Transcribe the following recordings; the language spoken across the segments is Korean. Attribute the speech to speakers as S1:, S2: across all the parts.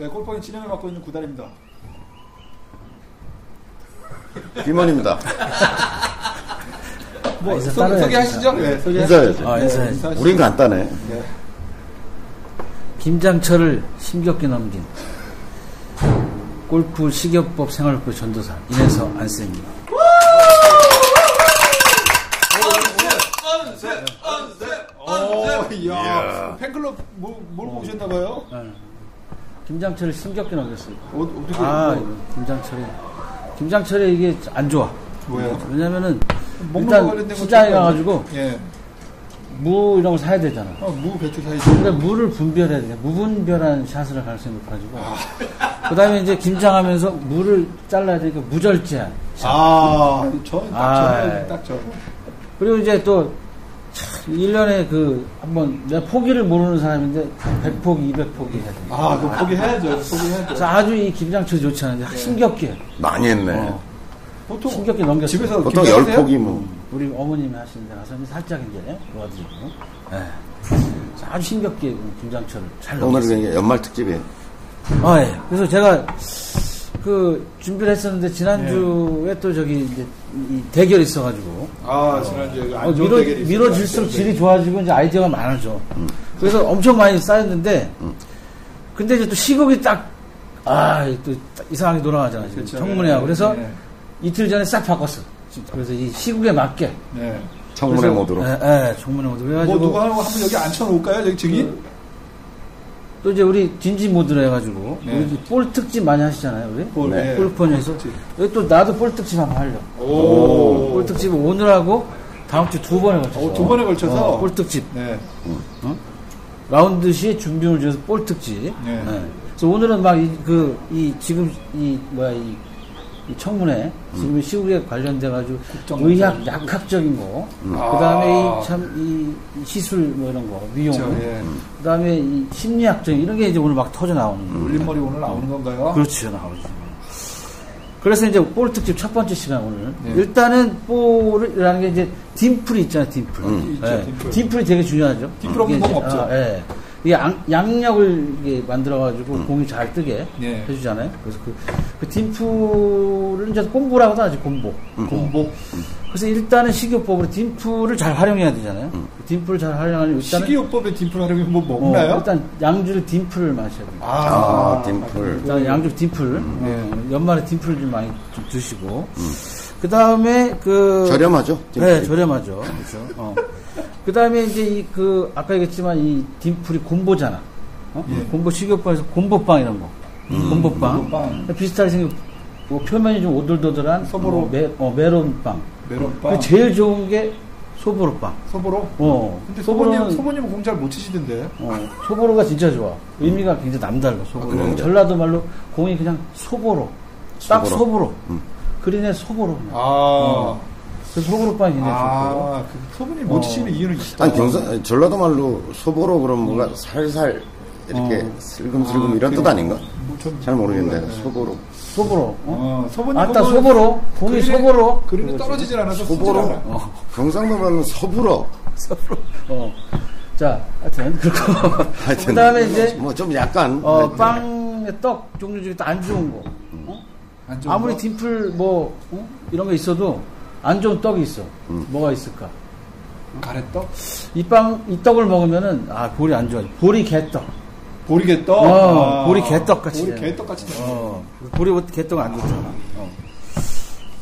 S1: 네, 골퍼인 진행을 맡고 있는 구달입니다.
S2: 김원입니다.
S1: 뭐
S3: 인사
S1: 소,
S3: 따라야지,
S1: 소개하시죠? 네, 소개.
S2: 인사해야지.
S3: 아, 인사해야지.
S2: 우린 간단해.
S3: 김장철을 심겹게 넘긴 골프 식이요법 생활부 전도사 인해서 안쌤입니다.
S1: 오, 아, 네. 이야.
S2: 이야.
S1: 팬클럽 뭐, 몰고 오셨나봐요?
S3: 네. 김장철을 심겹게 넘겼어요.
S1: 어, 어떻게,
S3: 아,
S1: 뭐,
S3: 김장철이 김장철이 이게 안 좋아.
S1: 뭐예요?
S3: 왜냐면은
S1: 먹는 거
S3: 일단
S1: 관련된
S3: 시장에
S1: 거
S3: 가가지고
S1: 예.
S3: 무 이런 거 사야 되잖아.
S1: 어, 무, 배추 사이즈.
S3: 근데 무를 분별해야 돼. 무분별한 샷을 할 가능성이 높아지고. 그 다음에 이제 김장하면서 무를 잘라야 되니까 무절제한.
S1: 아, 저는 딱
S3: 아,
S1: 저,
S3: 예.
S1: 딱 저.
S3: 그리고 이제 또, 참, 1년에 그, 한 번, 내가 포기를 모르는 사람인데, 100포기, 200포기 해야 돼.
S1: 아, 그거 포기해야죠. 포기해야죠.
S3: 그래서 아주 이 김장철 좋지 않은데, 힘겹게.
S2: 많이 했네.
S3: 어.
S1: 네. 보통
S3: 신경이 넘겼어요.
S1: 집에서
S2: 보통
S1: 김치
S2: 열
S1: 하세요?
S2: 폭이 뭐.
S3: 우리 어머님이 하시는 데 가서 이제 살짝 이제 도와드리고. 예. 그래서 아주 힘겹게 김장철을 잘
S2: 오늘
S3: 넘겼어요.
S2: 그냥 연말 특집이에요.
S3: 아, 예. 그래서 제가 그 준비를 했었는데 지난주에
S1: 네.
S3: 또 저기 이제 이 대결이 있어가지고
S1: 아, 지난주에 안
S3: 어,
S1: 좋은
S3: 밀어,
S1: 대결이 있었어요.
S3: 밀어질수록 질이 좋아지고 이제 아이디어가 많아져. 그래서 엄청 많이 쌓였는데 근데 이제 또 시국이 딱 아, 또 이상하게 돌아가잖아. 지금
S1: 그렇죠.
S3: 청문회하고. 그래서
S1: 네.
S3: 이틀 전에 싹 바꿨어. 그래서 이 시국에 맞게.
S1: 네.
S2: 청문회
S3: 그래서-
S2: 모드로.
S3: 예, 예, 청문회 모드로.
S1: 뭐
S3: 해가지고
S1: 누가 하고 한번 여기 앉혀놓을까요? 여기 증인?
S3: 또 이제 우리 딘지 모드로 해가지고
S1: 네.
S3: 우리 볼 특집 많이 하시잖아요 우리
S1: 볼, 네.
S3: 골프원에서
S1: 특집.
S3: 여기 또 나도 볼 특집 한번 하려
S1: 오.
S3: 볼 특집 오늘 하고 다음 주 두 번에 걸쳐서
S1: 어, 두 번에 걸쳐서?
S3: 볼 특집
S1: 네.
S3: 라운드 시에 준비물 중에서 볼 특집
S1: 네.
S3: 그래서 오늘은 막 이 그 이 지금 이 뭐야 이, 이 청문회 지금 시국에 관련돼 가지고
S1: 국정농단.
S3: 의학 약학적인 거
S1: 아.
S3: 그다음에 이 참 이 시술 뭐 이런 거 미용
S1: 그렇죠. 예.
S3: 그다음에 이 심리학적인 이런 게 이제 오늘 막 터져 나오는 거예요.
S1: 울림머리 오늘 나오는 건가요?
S3: 그렇죠, 나오죠. 그래서 이제 볼 특집 첫 번째 시간 오늘
S1: 네.
S3: 일단은 볼이라는 게 이제 딤플이 있잖아요, 딤플.
S1: 음. 있죠, 딤플.
S3: 이 되게 중요하죠.
S1: 딤플 없는
S3: 이게 이제,
S1: 공 없죠.
S3: 아, 예. 이게 양, 양력을 이게 만들어가지고 공이 잘 뜨게
S1: 음. 예.
S3: 해주잖아요. 그래서 그, 그 딤플은 이제 공보라고도 하죠, 공보.
S1: 음. 공복.
S3: 그래서 일단은 식이요법으로 딤플을 잘 활용해야 되잖아요. 그 딤플을 잘 활용하려면 일단은
S1: 음. 식이요법의 딤플 하려면 뭐
S3: 어,
S1: 먹나요?
S3: 일단 양주를 딤플을 마셔야 돼요.
S2: 아, 딤플.
S3: 자, 양주 딤플. 어, 연말에 딤플 좀 많이 좀 드시고. 그 다음에 그.
S2: 저렴하죠?
S3: 네,
S2: 딤플이.
S3: 저렴하죠. 그렇죠. 그 다음에 이제 이 그, 아까 얘기했지만 이 딤플이 곰보잖아. 어? 곰보 식욕방에서 곰보빵 이런 거. 음. 곰보빵.
S1: 곰보빵.
S3: 비슷하게 생긴, 뭐 표면이 좀 오돌도돌한.
S1: 소보로.
S3: 어, 메, 어, 메론빵.
S1: 메론빵.
S3: 그 제일 좋은 게 소보로빵.
S1: 소보로?
S3: 어.
S1: 근데
S3: 소보로는-
S1: 소보님, 소보님은 공 잘 못 치시던데.
S3: 어, 소보로가 진짜 좋아. 의미가 굉장히 남달라, 소보로.
S2: 아, 그래요?
S3: 전라도 말로 공이 그냥 소보로. 딱
S2: 소보로.
S3: 소보로.
S2: 음.
S3: 그린에 소보로. 그냥.
S1: 아.
S3: 그 소보로빵이 굉장히 좋고.
S1: 아, 그 소보님 못
S3: 어.
S1: 치시는 이유는 있다.
S2: 아니, 경상, 전라도 말로 소보로 그럼 뭔가 살살 이렇게
S3: 어.
S2: 슬금슬금 이런 뜻 아닌가?
S1: 뭐 좀-
S2: 잘 모르겠는데,
S3: 네.
S2: 소보로.
S3: 소보로. 어?
S1: 어, 소보님.
S3: 아따,
S1: 공은
S3: 소보로. 공이
S1: 그린에-
S3: 소보로.
S1: 그림이
S3: 그거지.
S1: 떨어지질 않아서
S2: 소보로?
S1: 쓰질 않아.
S2: 경상도 말로는 서부로.
S3: 어. 자, 하여튼, 그렇고. 그
S2: 하여튼.
S3: 다음에 이제,
S2: 뭐 좀 약간.
S3: 어,
S2: 하여튼. 음.
S3: 빵의 떡 종류 중에 또 안 좋은 거. 어?
S1: 안 좋은
S3: 아무리
S1: 거?
S3: 딤플 뭐, 어? 이런 거 있어도 안 좋은 떡이 있어.
S2: 음.
S3: 뭐가 있을까?
S1: 가래떡?
S3: 이 빵 이 떡을 먹으면은 아 볼이 안 좋아. 볼이 개떡.
S1: 보리개떡?
S3: 어,
S1: 아.
S3: 볼이 개떡같이
S1: 보리
S3: 되네.
S1: 개떡같이 되네.
S3: 어 볼이 뭐 개떡 안 좋잖아. 어.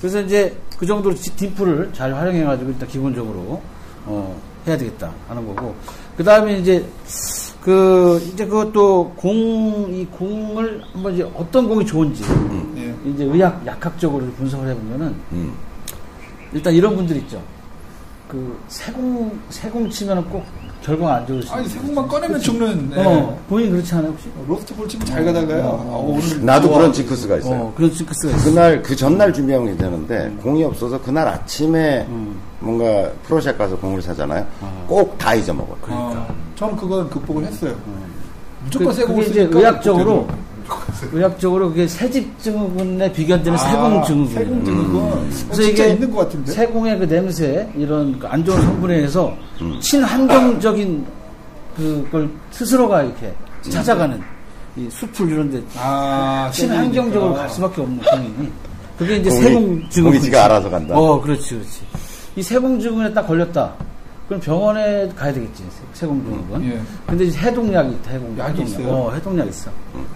S3: 그래서 이제 그 정도로 지- 딤플을 잘 활용해가지고 일단 기본적으로 어 해야 되겠다 하는 거고. 그 다음에 이제 그 이제 그것도 공 이 공을 한번 이제 어떤 공이 좋은지
S1: 예.
S3: 이제 의학 약학적으로 분석을 해보면은
S2: 음.
S3: 일단 이런 분들 있죠. 그 세공 세공 치면은 꼭 결과가 안 좋을 수.
S1: 아니,
S3: 있는
S1: 세공만 꺼내면 죽는. 예.
S3: 어, 본인 그렇지 않아요, 혹시?
S1: 로스트 볼집 잘 가다가요. 아, 오늘
S2: 나도
S1: 좋아.
S2: 그런
S1: 네.
S2: 지크스가 있어요.
S3: 어, 그런 징크스가 있어.
S2: 그날 그 전날 준비하면 되는데 공이 없어서 그날 아침에 뭔가 프로샵 가서 공을 사잖아요. 꼭 다 잊어먹어요.
S3: 그러니까.
S1: 어, 저는 그건 극복을 했어요.
S3: 그,
S1: 무조건 세고
S3: 그게 이제 의학적으로, 의학적으로 그게 새집 증후군에 비견되는 세공 증후군.
S1: 아,
S3: 음.
S1: 세공 증후군. 어, 진짜 있는 것 같은데.
S3: 세공의 그 냄새, 이런 그안 좋은 성분에 의해서
S1: 음.
S3: 친환경적인 그걸 스스로가 이렇게 찾아가는 이 숲을 이런 데
S1: 아,
S3: 친
S1: 때리니까.
S3: 환경적으로 갈 수밖에 없는 공인이 그게 이제
S2: 공이-
S3: 세공 증후군
S2: 공이 지가 알아서 간다.
S3: 어, 그렇지, 그렇지. 이 세공 증후군에 딱 걸렸다. 그럼 병원에 가야 되겠지. 세- 세공 증후군.
S1: 예.
S3: 근데 이제 해독약이 있다. 해독
S1: 약이
S3: 해독약.
S1: 있어요? 음.
S3: 어, 해독약 있어.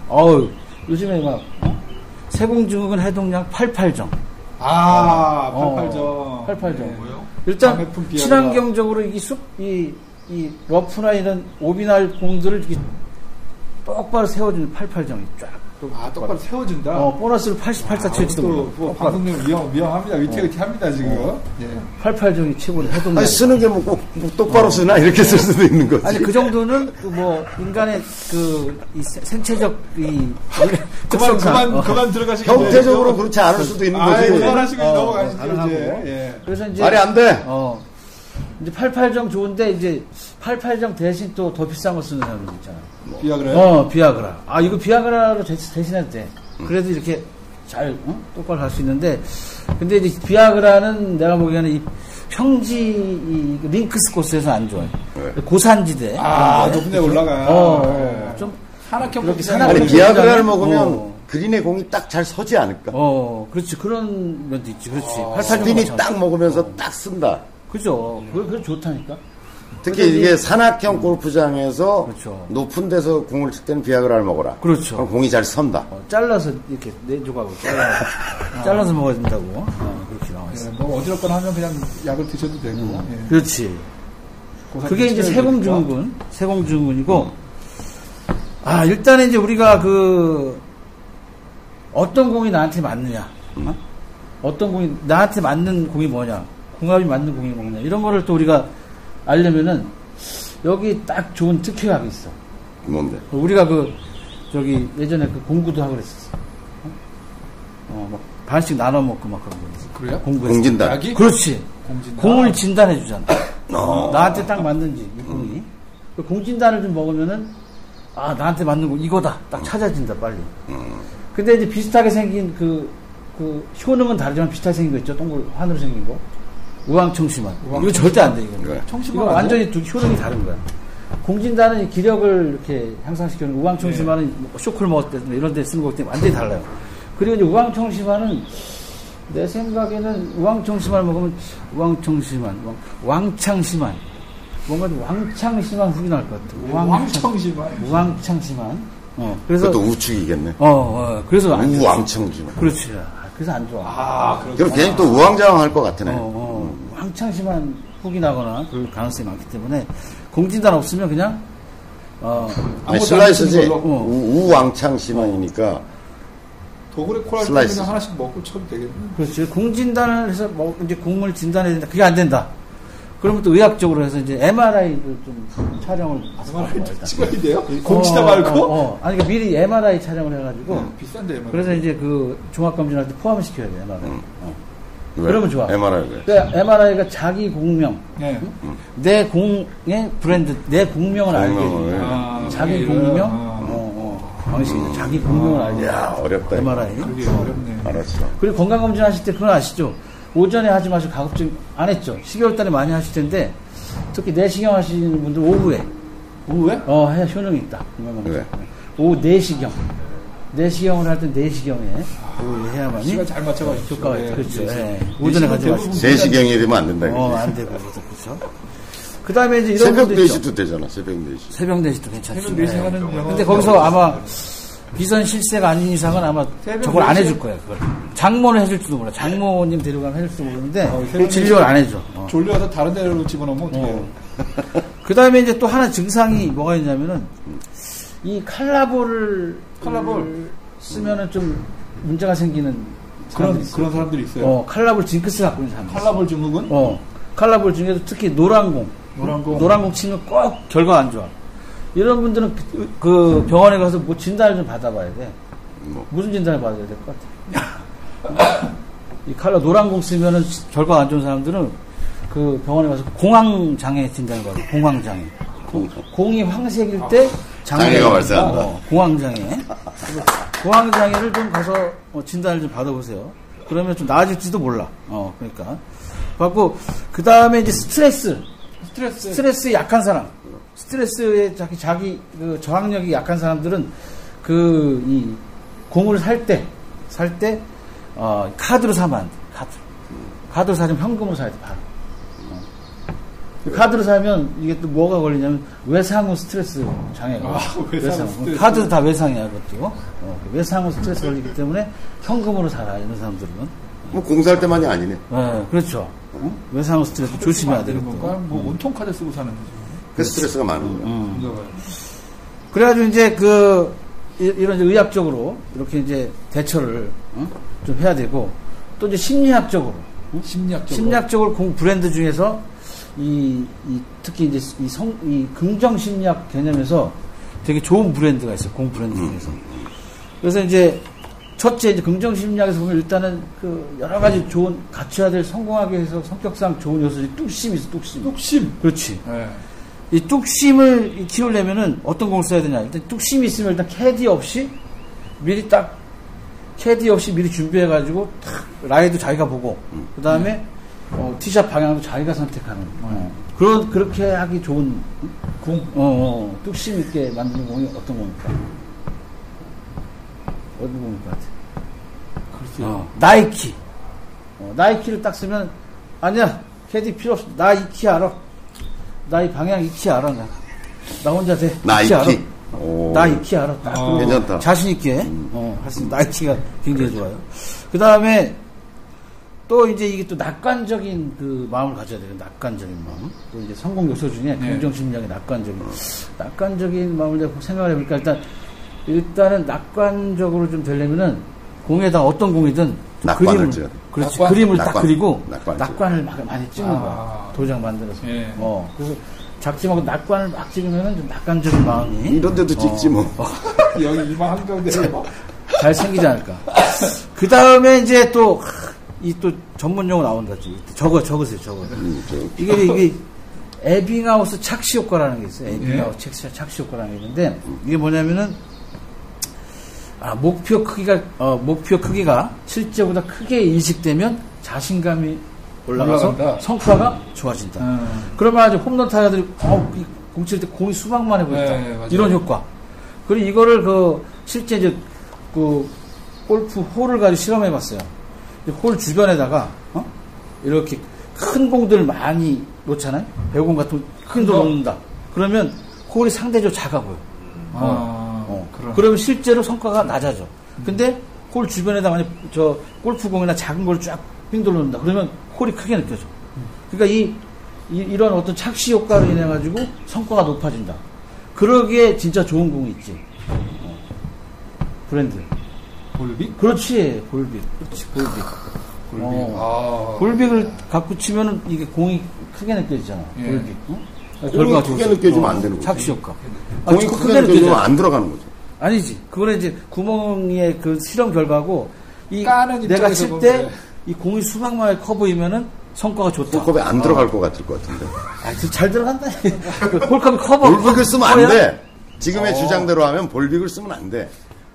S3: 어우, 요즘에 막 어? 세공 증후군 해독약 88정.
S1: 아,
S3: 어,
S1: 88점.
S3: 88점.
S1: 예.
S3: 뭐요?
S1: 밤에
S3: 일단
S1: 품 비하다.
S3: 친환경적으로 이 숲, 이, 이 러프나 이런 오비날 공들을 이렇게 똑바로 세워주는 88정이 쫙.
S1: 아, 똑바로 세워진다.
S3: 어, 보너스를 88사 채지도
S1: 또,
S3: 몰라.
S1: 뭐 방송님 위험, 위험합니다.
S3: 어.
S1: 위태위태 합니다, 지금. 예.
S3: 88정이 최고로 해독.
S2: 아니, 쓰는 게 뭐 꼭 똑바로 쓰나? 이렇게 쓸 수도 있는 거지.
S3: 아니 그 정도는 그뭐 인간의 그 이 생체적 이
S1: 그만,
S3: 특성상.
S1: 그만,
S3: 어.
S1: 그만 들어가시고.
S2: 형태적으로 그렇지 않을 수도 있는
S1: 아,
S2: 거지.
S1: 그만하시고
S3: 어,
S1: 넘어가시죠,
S3: 가능하고.
S1: 이제. 예.
S3: 그래서 이제
S2: 말이 안 돼!
S3: 어. 이제 88정 좋은데 이제 88정 대신 또 더 비싼 거 쓰는 사람들 있잖아.
S1: 비아그라요?
S3: 어, 비아그라. 아, 이거 비아그라로 대신, 대신해도 돼. 그래도 이렇게 잘, 어? 똑바로 갈 수 있는데. 근데 이제 비아그라는 내가 보기에는 이 평지, 이 링크스 코스에서 안 좋아요.
S2: 왜?
S3: 고산지대.
S1: 아,
S3: 그런데.
S1: 높은 데 올라가.
S3: 어,
S1: 예.
S3: 어. 좀
S1: 산악형
S3: 이렇게
S1: 폭탄이
S3: 산악형
S2: 아니,
S1: 올라가.
S3: 비약-
S2: 비아그라를 먹으면
S3: 어.
S2: 그린의 공이 딱 잘 서지 않을까?
S3: 어, 그렇지. 그런 면도 있지. 그렇지. 팔팔
S2: 스틴이 딱 먹으면서
S3: 어.
S2: 딱 쓴다.
S3: 그죠. 그게, 그게 좋다니까.
S2: 특히 이게 산악형 골프장에서
S3: 그렇죠.
S2: 높은 데서 공을 칠 때는 비아그라를 먹어라.
S3: 그렇죠.
S2: 그럼 공이 잘 선다.
S3: 어, 잘라서 이렇게 네 조각으로 잘라서, 잘라서 먹어야 된다고. 어, 그렇게 나와
S1: 예,
S3: 있어.
S1: 뭐 어지럽거나 하면 그냥 약을 드셔도 되고. 예.
S3: 네. 그렇지.
S1: 고사-
S3: 그게 이제
S1: 치료해야 되니까.
S3: 세공증후군, 세공증후군이고, 아, 일단은 이제 우리가 그, 어떤 공이 나한테 맞느냐, 어? 떤 공이, 나한테 맞는 공이 뭐냐, 궁합이 맞는 공이 뭐냐, 이런 거를 또 우리가 알려면은, 여기 딱 좋은 특효약이 있어.
S2: 뭔데?
S3: 우리가 그, 저기, 예전에 그 공구도 하고 그랬었어. 어? 어, 막, 반씩 나눠 먹고 막 그런 거 있었어.
S1: 그래요?
S3: 공구에서.
S2: 공진다.
S1: 약이?
S3: 그렇지.
S1: 공진단.
S3: 공을 진단해 주잖아.
S2: 어. 음.
S3: 나한테 딱 맞는지 이 공이. 그 공진단을 좀 먹으면은 아 나한테 맞는 공 이거다
S2: 음.
S3: 딱 찾아진다 빨리. 근데 이제 비슷하게 생긴 그, 그 효능은 다르지만 비슷하게 생긴 거 있죠 동글 환으로 생긴 거 우황청심환. 이거 절대 안 돼 이거.
S2: 그래.
S1: 청심환
S3: 이거
S1: 아니야?
S3: 완전히 두, 효능이 다른 거야. 공진단은 이 기력을 이렇게 향상시키는
S1: 네.
S3: 우황청심환은 뭐 쇼크를 먹었을 때 이런 데 쓰는 것 때문에 완전히 달라요. 그리고 이제 우황청심환은 내 생각에는 우왕청심환 먹으면 우왕청심환, 왕- 왕창심환 뭔가 좀 왕창심환 후기 날 것 같아.
S1: 왕청심환. 음.
S3: 우왕창심환. 어, 그래서
S2: 그것도 우측이겠네.
S3: 어, 어, 그래서 안 좋아.
S2: 우왕청지만.
S3: 그렇지. 아, 그래서 안 좋아.
S1: 아,
S2: 그럼
S1: 그렇구나.
S2: 괜히 또 우왕좌왕할 것 같으네.
S3: 어, 어, 왕창심환 후기 나거나 그럴 가능성이 많기 때문에 공진단 없으면 그냥 어,
S2: 아니,
S1: 아무것도 안
S2: 슬라이스지.
S1: 쓰는 걸로.
S3: 어.
S2: 우- 우왕창심환이니까
S1: 도그레 코랄 때
S2: 슬라이스.
S1: 그냥 하나씩 먹고 쳐도 되겠네.
S3: 그렇지. 공진단을 해서 뭐 이제 공을 진단해야 된다. 그게 안 된다. 그러면 또 의학적으로 해서 이제 MRI를 좀 촬영을
S1: MRI도
S3: 일단.
S1: 찍어야 돼요? 공치다 말고? 음.
S3: 어, 어. 아니, 그러니까 미리 MRI 촬영을 해가지고.
S1: 비싼데, 뭐. MRI.
S3: 그래서 이제 그 종합검진할 때 포함을 시켜야 돼, MRI.
S1: 음.
S3: 어.
S2: 왜?
S3: 그러면 좋아.
S2: MRI 왜?
S3: 그러니까 MRI가 자기 공명,
S1: 네.
S3: 음. 내 공의 브랜드, 내 공명을 알게
S2: 공명을.
S3: 해준다.
S1: 아,
S3: 자기
S1: 이런,
S3: 공명?
S1: 아,
S3: 어, 어. 방식이 자기 공명을 알게
S2: 야,
S3: 해준다.
S2: 어렵다, 이거.
S3: MRI. 그러니까
S1: 그게 어렵네.
S2: 알았어.
S3: 그리고 건강검진 하실 때 그건 아시죠? 오전에 하지 마시고 가급적 안 했죠. 12월 달에 많이 하실 텐데, 특히 내시경 하시는 분들 오후에,
S1: 오후에?
S3: 어, 해야 효능이 있다. 건강검진.
S2: 왜?
S3: 오후 내시경. 내시경을 할 때 내시경에 오후에 해야만이.
S1: 시간 잘 맞춰가지고. 네,
S3: 효과가 있다. 그렇죠.
S1: 그래서
S3: 예.
S1: 내시경
S3: 오전에 가지
S1: 대부분
S3: 마시고.
S2: 세시경이 되면 안 된다.
S3: 어,
S2: 이거지.
S3: 안 되고. 그렇죠. 그 다음에 이제 이런
S2: 새벽
S3: 분도 있죠.
S2: 4시도 되잖아, 새벽 4시.
S3: 새벽 네 내시도 괜찮죠.
S1: 새벽 네 내시 하는 영화.
S3: 근데 거기서 아마 비선 실세가 아닌 이상은 아마
S1: 새벽 네
S3: 저걸 안
S1: 내시?
S3: 해줄 거예요. 그걸. 장모는 해줄지도 몰라. 장모님 데려가면 해줄지도 모르는데
S1: 어, 새벽
S3: 진료를
S1: 내시-
S3: 안 해줘. 어.
S1: 졸려서 다른 데로 집어넣으면 어떻게 해요?
S3: 그 다음에 이제 또 하나 증상이
S1: 음.
S3: 뭐가 있냐면은 이 칼라볼을
S1: 칼라볼.
S3: 쓰면은 좀 문제가 생기는
S1: 그런,
S3: 사람들이 있어요.
S1: 그런 사람들이 있어요.
S3: 어, 칼라볼 징크스 갖고 있는 사람.
S1: 칼라볼 증후군?
S3: 어, 칼라볼 중에도 특히 노란공.
S1: 노란공.
S3: 치면 꼭 결과 안 좋아. 이런 분들은 그, 그 병원에 가서 뭐 진단을 좀 받아봐야 돼.
S2: 뭐.
S3: 무슨 진단을 받아야 될 것 같아? 이 칼라 노란공 쓰면은 결과 안 좋은 사람들은 그 병원에 가서 공황 장애 진단을 받아. 공황 장애. 공이 황색일 때 어,
S2: 장애가 발생한다.
S3: 공황 장애. 공황 장애를 좀 가서 어, 진단을 좀 받아보세요. 그러면 좀 나아질지도 몰라. 어, 그러니까. 받고 그 다음에 이제 스트레스,
S1: 스트레스.
S3: 스트레스에 약한 사람, 스트레스에 자기 자기 그 저항력이 약한 사람들은 그 이 공을 살 때 살 때 어, 카드로 사면 안 돼. 카드. 카드로 사면 현금으로 사야 돼 바로. 어. 카드로 사면 이게 또 뭐가 걸리냐면 외상후 스트레스 장애가.
S1: 아, 외상후 스트레스.
S3: 카드 다 외상이야 그것도. 어, 외상후 스트레스 걸리기 때문에 현금으로 살아 이런 사람들은.
S2: 뭐 공사할 때만이 아니네.
S3: 네, 그렇죠. 응? 외상후 스트레스 조심해야 어.
S1: 되는
S3: 되겠고.
S1: 건가? 뭐 온통 카드 쓰고 사는 거지. 어?
S2: 그 스트레스가 많은 거야.
S3: 음,
S1: 이거 봐요.
S3: 그래가지고 이제 그 이- 이런 이제 의학적으로 이렇게 이제 대처를 응? 좀 해야 되고 또 이제 심리학적으로
S1: 심리학적으로.
S3: 심리학적으로 공 브랜드 중에서 이, 이 특히 이제 이 성 이 긍정 심리학 개념에서 되게 좋은 브랜드가 있어요 공 브랜드 중에서 그래서 이제 첫째 이제 긍정 심리학에서 보면 일단은 그 여러 가지 좋은 갖춰야 될 성공하기 위해서 성격상 좋은 요소들이 뚝심이 있어 뚝심
S1: 욕심.
S3: 그렇지
S1: 예.
S3: 이 뚝심을 키우려면은 어떤 공을 써야 되냐. 일단 뚝심이 있으면 일단 캐디 없이 미리 딱 캐디 없이 미리 준비해가지고 탁 라이도 자기가 보고 그 다음에 어, 티샷 방향도 자기가 선택하는 어. 그런 그렇게 하기 좋은 공 어, 어. 뚝심 있게 만드는 공이 어떤 공입니까? 어떤 공일 것 같아?
S1: 글쎄요.
S3: 어, 나이키. 어, 나이키를 딱 쓰면, 아니야, 캐디 필요 없어. 나 이키 알아. 나 이 방향 이키 알아, 나. 나 혼자 돼.
S2: 나이키.
S3: 이키 알아.
S2: 오.
S3: 나 이키 알아. 딱.
S1: 아,
S3: 그리고
S2: 괜찮다. 음. 그렇죠.
S3: 자신있게. 어, 할수 있는 나이키가 굉장히 좋아요. 그 다음에, 또 이제 이게 또 낙관적인 그 마음을 가져야 돼요. 낙관적인 마음. 또 이제 성공 요소 중에
S1: 네.
S3: 긍정심리학의 낙관적인. 낙관적인 마음을 내가 생각을 해보니까 일단, 일단은 낙관적으로 좀 되려면은 공에다 어떤 공이든
S2: 낙관을
S3: 그림을,
S2: 찍어야 돼.
S3: 그렇지.
S1: 낙관?
S3: 그림을 딱
S2: 낙관.
S3: 그리고
S2: 낙관을
S3: 낙관을 막 많이 찍는
S1: 아.
S3: 거야. 도장 만들어서.
S1: 예.
S3: 어. 그래서 작지 말고 낙관을 막 찍으면은 좀 낙관적인 마음이 어.
S2: 이런 데도 찍지 뭐.
S1: 여기 이마 한가운데
S3: 잘 생기지 않을까. 그 다음에 이제 또, 이 또 전문 용어 나온다. 지금. 저거, 적으세요, 저거.
S2: 음, 저-
S3: 이게, 이게, 에빙하우스 착시 효과라는 게 있어요. 에빙하우스
S1: 예?
S3: 착시, 착시 효과라는 게 있는데, 이게 뭐냐면은, 아, 목표 크기가, 어, 목표 크기가 실제보다 크게 인식되면 자신감이 올라가서
S1: 올라간다.
S3: 성과가 좋아진다.
S1: 음.
S3: 그러면 아주 홈런 타자들이, 어우, 이 공칠 때 공이 수박만 해 보였다.
S1: 네, 맞아요.
S3: 이런 효과. 그리고 이거를 그, 실제 이제, 그, 골프 홀을 가지고 실험해 봤어요. 홀 주변에다가, 어? 이렇게 큰 공들을 많이 놓잖아요? 배공 같은 큰 돌
S1: 어.
S3: 놓는다. 그러면 홀이 상대적으로 작아 보여.
S1: 아,
S3: 어.
S1: 그럼.
S3: 그러면 실제로 성과가 낮아져. 근데 홀 주변에다 만약 저 골프공이나 작은 걸 쫙 빙돌놓는다. 그러면 홀이 크게 느껴져. 그러니까 이, 이 런 어떤 착시 효과로 인해 가지고 성과가 높아진다. 그러기에 진짜 좋은 공이 있지. 어. 브랜드.
S1: 볼빅?
S3: 그렇지 볼빅. 그렇지 볼빅.
S1: 볼빅.
S3: 어.
S1: 아.
S3: 볼빅을 갖고 치면은 이게 공이 크게 느껴지잖아.
S1: 예.
S3: 볼빅. 어? 응?
S2: 공이 크게 느껴지면 안 되는 거지.
S3: 어, 착시 효과. 아,
S2: 공이
S3: 크게
S2: 크게 느껴지면
S3: 느껴지잖아.
S2: 안 들어가는 거죠.
S3: 아니지. 그거는 이제 구멍의 그 실험 결과고, 이
S1: 까는
S3: 내가
S1: 입장에서
S3: 칠 때
S1: 보면 네.
S3: 이 공이 수박만에 커 보이면은 성과가 좋다.
S2: 홀컵에 안 들어갈 것 같을 것 같은데.
S3: 아, 그잘 들어간다. 그 홀컵이 커버.
S2: 볼빅을 쓰면
S3: 커야?
S2: 안 돼.
S3: 어.
S2: 지금의 주장대로 하면 볼빅을 쓰면 안 돼.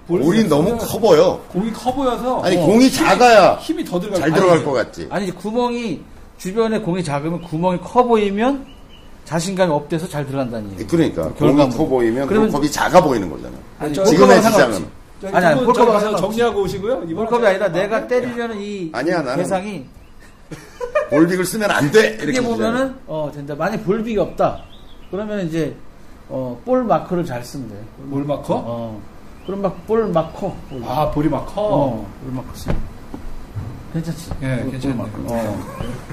S1: 볼빅을
S2: 볼이 너무
S1: 쓰면-
S2: 커 보여.
S1: 공이 커 보여서
S3: 어.
S2: 아니 공이 작아야
S1: 힘이 더 들어가.
S2: 잘 들어갈 것 같지.
S3: 아니, 이제 구멍이, 주변에 공이 작으면 구멍이 커 보이면 자신감이 업돼서 잘 들어간다는 얘기.
S2: 그러니까 공이
S3: 결과물이.
S2: 커 보이면
S3: 그러면-
S2: 홀컵이 작아 보이는 거잖아.
S3: 아니,
S1: 저-
S2: 지금의
S3: 홀컵하고 상관없지.
S2: 주장은
S1: 아니,
S3: 아니, 아니,
S1: 아니,
S3: 볼컵하고
S1: 가서
S3: 상관없지.
S1: 정리하고 오시고요. 이번
S3: 홀컵이
S1: 주에-
S3: 아니라 내가 때리려는 이
S2: 아니야, 나는-
S3: 대상이
S2: 볼빅을 쓰면 안 돼. 이렇게
S3: 이게
S2: 주장해.
S3: 보면은 어 된다. 만약 볼빅이 없다. 그러면 이제 어, 볼 마크를 잘 쓰면 돼.
S1: 뭘 마커?
S3: 어. 그럼 막 볼 마커. 볼 마커.
S1: 아, 볼이 마커.
S3: 어, 볼 마커 쓰. 괜찮지?
S1: 예,
S3: 볼
S1: 괜찮네요.
S3: 마커. 어.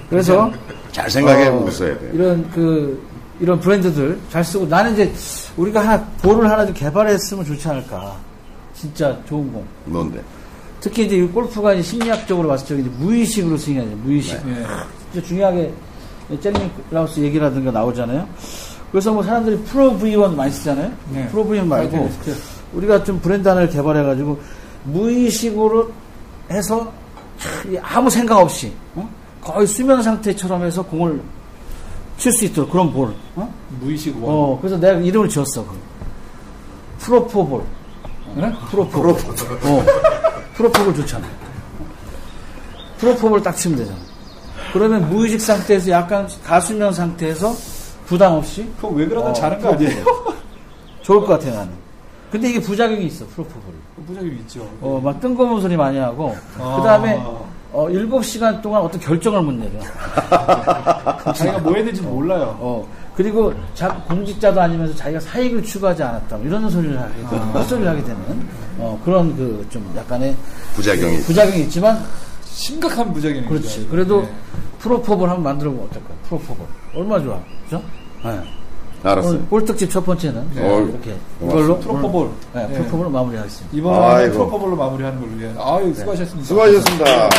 S3: 그래서
S2: 잘 생각해 보고
S3: 어,
S2: 써야 돼.
S3: 이런 그 이런 브랜드들 잘 쓰고 나는 이제 우리가 하나 볼을 하나 좀 개발했으면 좋지 않을까. 진짜 좋은 공.
S2: 뭔데?
S3: 특히 이제 이 골프가 이제 심리학적으로 봤을 때 이제 무의식으로 스윙하죠. 무의식.
S1: 예.
S3: 진짜 중요하게 젤리 라우스 얘기라든가 나오잖아요. 그래서 뭐 사람들이 프로 V1 많이 쓰잖아요.
S1: 네.
S3: 프로 V1 말고
S1: 프라이드 리스트.
S3: 우리가 좀 브랜드 하나를 개발해가지고 무의식으로 해서 이 아무 생각 없이 어? 거의 수면 상태처럼 해서 공을 칠 수 있도록 그런 볼. 어?
S1: 무의식 원.
S3: 어, 그래서 내가 이름을 지었어. 그거. 프로포볼.
S1: 네?
S3: 프로포볼. 어. 프로포볼 좋잖아. 프로포볼 딱 치면 되잖아. 그러면 무의식 상태에서 약간 가수면 상태에서 부담 없이
S1: 그거 왜 그러다
S3: 어,
S1: 자는 거 아니에요?
S3: 좋을 것 같아, 나는. 근데 이게 부작용이 있어, 프로포폴.
S1: 부작용이 있죠.
S3: 어, 막 뜬금없는 소리 많이 하고,
S1: 아.
S3: 그 다음에, 어, 7시간 동안 어떤 결정을 못 내려.
S1: 자기가 뭐 했는지 몰라요.
S3: 어, 그리고 자, 공직자도 아니면서 자기가 사익을 추구하지 않았다. 뭐 이런 소리를 하게 되는, 헛소리를 하게 되는, 어, 그런 그 좀 약간의
S2: 부작용이 있어요.
S3: 부작용이 있지만,
S1: 심각한 부작용이죠.
S3: 그렇지. 그래도
S1: 네.
S3: 프로포볼 한번 만들어 보면 어떨까요? 프로포볼. 얼마나 좋아. 그죠? 네. 오늘
S2: 알았어요.
S3: 꼴특집 첫 번째는
S2: 네.
S3: 이렇게
S2: 고맙습니다.
S3: 이걸로
S1: 프로포볼.
S3: 오늘,
S1: 네.
S3: 네, 프로포볼 마무리하겠습니다.
S1: 이번에
S2: 아이고.
S3: 네.
S1: 프로포볼로 마무리하는 걸로. 예. 아유, 수고하셨습니다.
S2: 수고하셨습니다.